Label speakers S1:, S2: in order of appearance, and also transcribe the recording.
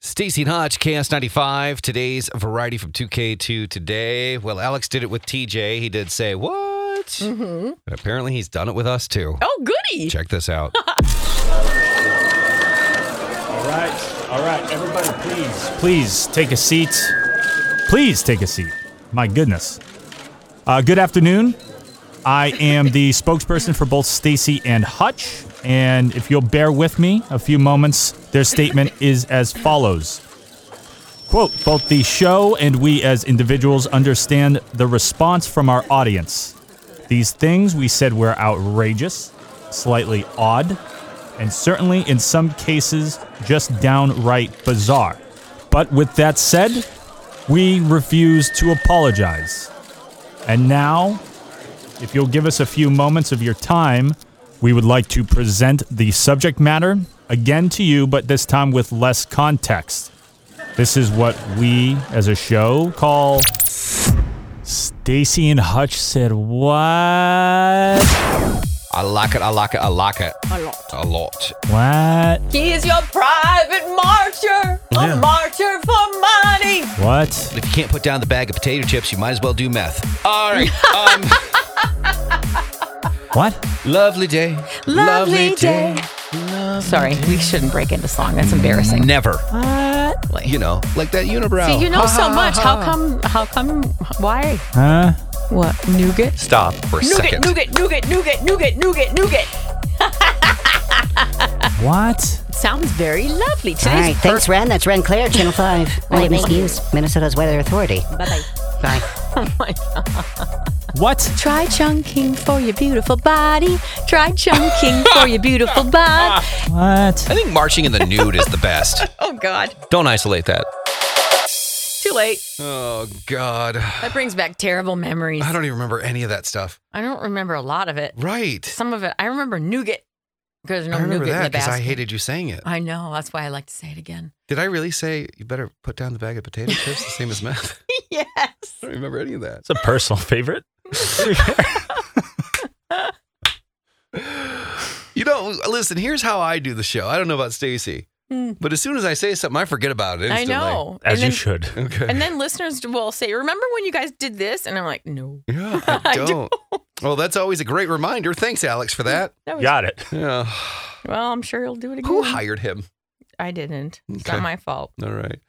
S1: Stacey and Hodge, KS95, today's variety from 2K to today. Well, Alex did it with TJ. He did say, What? And apparently he's done it with us too.
S2: Mm-hmm. Oh, goody.
S1: Check this out.
S3: All right, all right, everybody, please, please take a seat. Please take a seat. My goodness. Uh, good afternoon. I am the spokesperson for both Stacy and Hutch, and if you'll bear with me a few moments, their statement is as follows. Quote, both the show and we as individuals understand the response from our audience. These things we said were outrageous, slightly odd, and certainly in some cases just downright bizarre. But with that said, we refuse to apologize. And now, if you'll give us a few moments of your time, we would like to present the subject matter again to you, but this time with less context. This is what we as a show call Stacy and Hutch said what?
S1: I like it, I like it, I like it. A lot. A lot.
S3: What?
S2: He is your private marcher, a
S3: Yeah.
S2: marcher for money.
S3: What?
S1: If you can't put down the bag of potato chips, you might as well do meth. All right. Um,
S3: What?
S1: lovely day.
S2: Lovely day. Sorry, we shouldn't break into song. That's embarrassing.
S1: Never. You know, like that unibrow.
S2: See, you know
S1: Ha,
S2: so
S1: ha,
S2: much.
S1: ha,
S2: How
S1: ha.
S2: come? How come? Why?
S3: Huh?
S2: What? Nougat?
S1: Stop for a
S2: Nougat,
S1: second.
S2: nougat, nougat, nougat, nougat, nougat, nougat.
S3: What?
S2: Sounds very lovely.
S4: All right,
S2: Today's
S4: thanks, Ren. That's Ren Claire, Channel 5. I
S2: Alright,
S4: am Miss
S2: thank you.
S4: Hughes, Minnesota's Weather Authority.
S2: Bye-bye.
S4: Bye.
S3: What?
S2: Try chunking for your beautiful body. Try chunking for your beautiful body.
S3: What?
S1: I think marching in the nude is the best.
S2: Oh, God.
S1: Don't isolate that.
S2: Too late.
S1: Oh, God.
S2: That brings back terrible memories.
S1: I don't even remember any of that stuff.
S2: I don't remember a lot of it.
S1: Right.
S2: Some of it, I remember nougat because no
S1: I remember
S2: nougat in the
S1: that because
S2: basket.
S1: I hated you saying it.
S2: I know. Oh, That's why I like to say it again.
S1: Did I really say you better put down the bag of potato chips the same as meth?
S2: yes.
S1: I don't remember any of that.
S5: It's a personal favorite.
S1: You know, listen, here's how I do the show. I don't know about Stacy,
S2: Mm.
S1: but as soon as I say something, I forget about it
S2: I
S1: instantly.
S2: know.
S5: As
S2: and
S5: you
S2: then,
S5: should.
S1: Okay.
S2: And then listeners will say, "Remember when you guys did this?" And I'm like, "No,
S1: yeah, I
S2: I
S1: don't. Well, that's always a great reminder. Thanks, Alex, for that.
S2: that was
S5: Got it.
S1: Yeah.
S2: well. I'm sure you'll do it again."
S1: Who hired him?
S2: I didn't. It's
S1: Okay.
S2: not my fault.
S1: All right.